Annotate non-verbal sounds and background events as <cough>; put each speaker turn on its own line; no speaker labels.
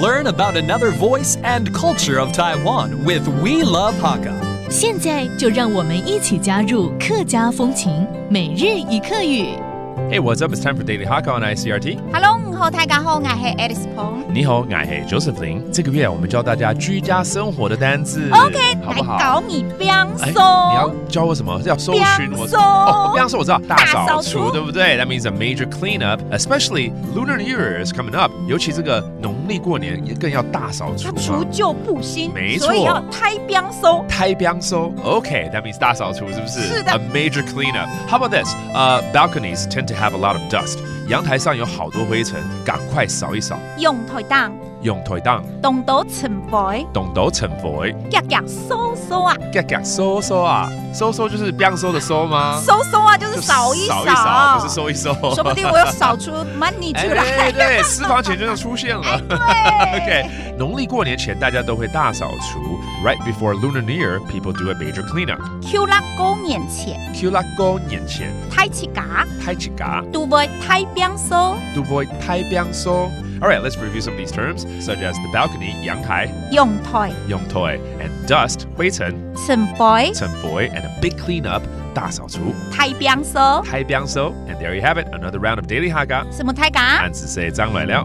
Learn about another voice and culture of Taiwan with We Love Hakka.
现在就让我们一起加入客家风情每日一课语。
Hey, what's up? It's time for Daily Hakka on ICRT.
Hello，午后大家好，我是 Alice Pong。
你好，我是 Josephine。这个月我们教大家居家生活的单字，OK，好不
来
好
搞？你冰
哎，你
松
要，教我什么？要搜寻我
不要搜
哦，不要搜我知道，大
大
扫
扫
除，
除
对不对？That means a major cleanup, especially Lunar New Year is coming up。尤其这个农历过年也更要大扫除
它
啊嘛。
除旧布新，
没错
所以要胎冰松。
太冰收 OK, that means 大扫除是不是？
是的
A major cleanup. How about this? Uh, balconies tend to have a lot of dust. 阳台上有好多灰尘，赶快扫一扫。
用台灯，
用台灯，
动到尘灰，
动到尘灰，
夹夹收收啊，
嘎嘎收收啊，收收就是冰收的收吗？
收收啊，就是
就
扫一
扫一扫，不是
说
收一收。
不定我有扫出 money 出来。
哎，对，私房钱就能出现
<laughs>
了。OK，农历过年前大家都会大扫除。Right before Lunar New Year, people do a major cleanup.
Q 啦，公年前，
Q 拉过年前，
太起嘎，
太起嘎。
都不太冰松，
to avoid tai biang so. All right, let's review some of these terms, such as the balcony, yang tai,
用台
yong toi, and dust, hui chen,
尘灰，
and a big cleanup, da sao chu,
太冰松，
tai biang so. And there you have it, another round of daily haga.
什么太嘎？
And say zang lai liao.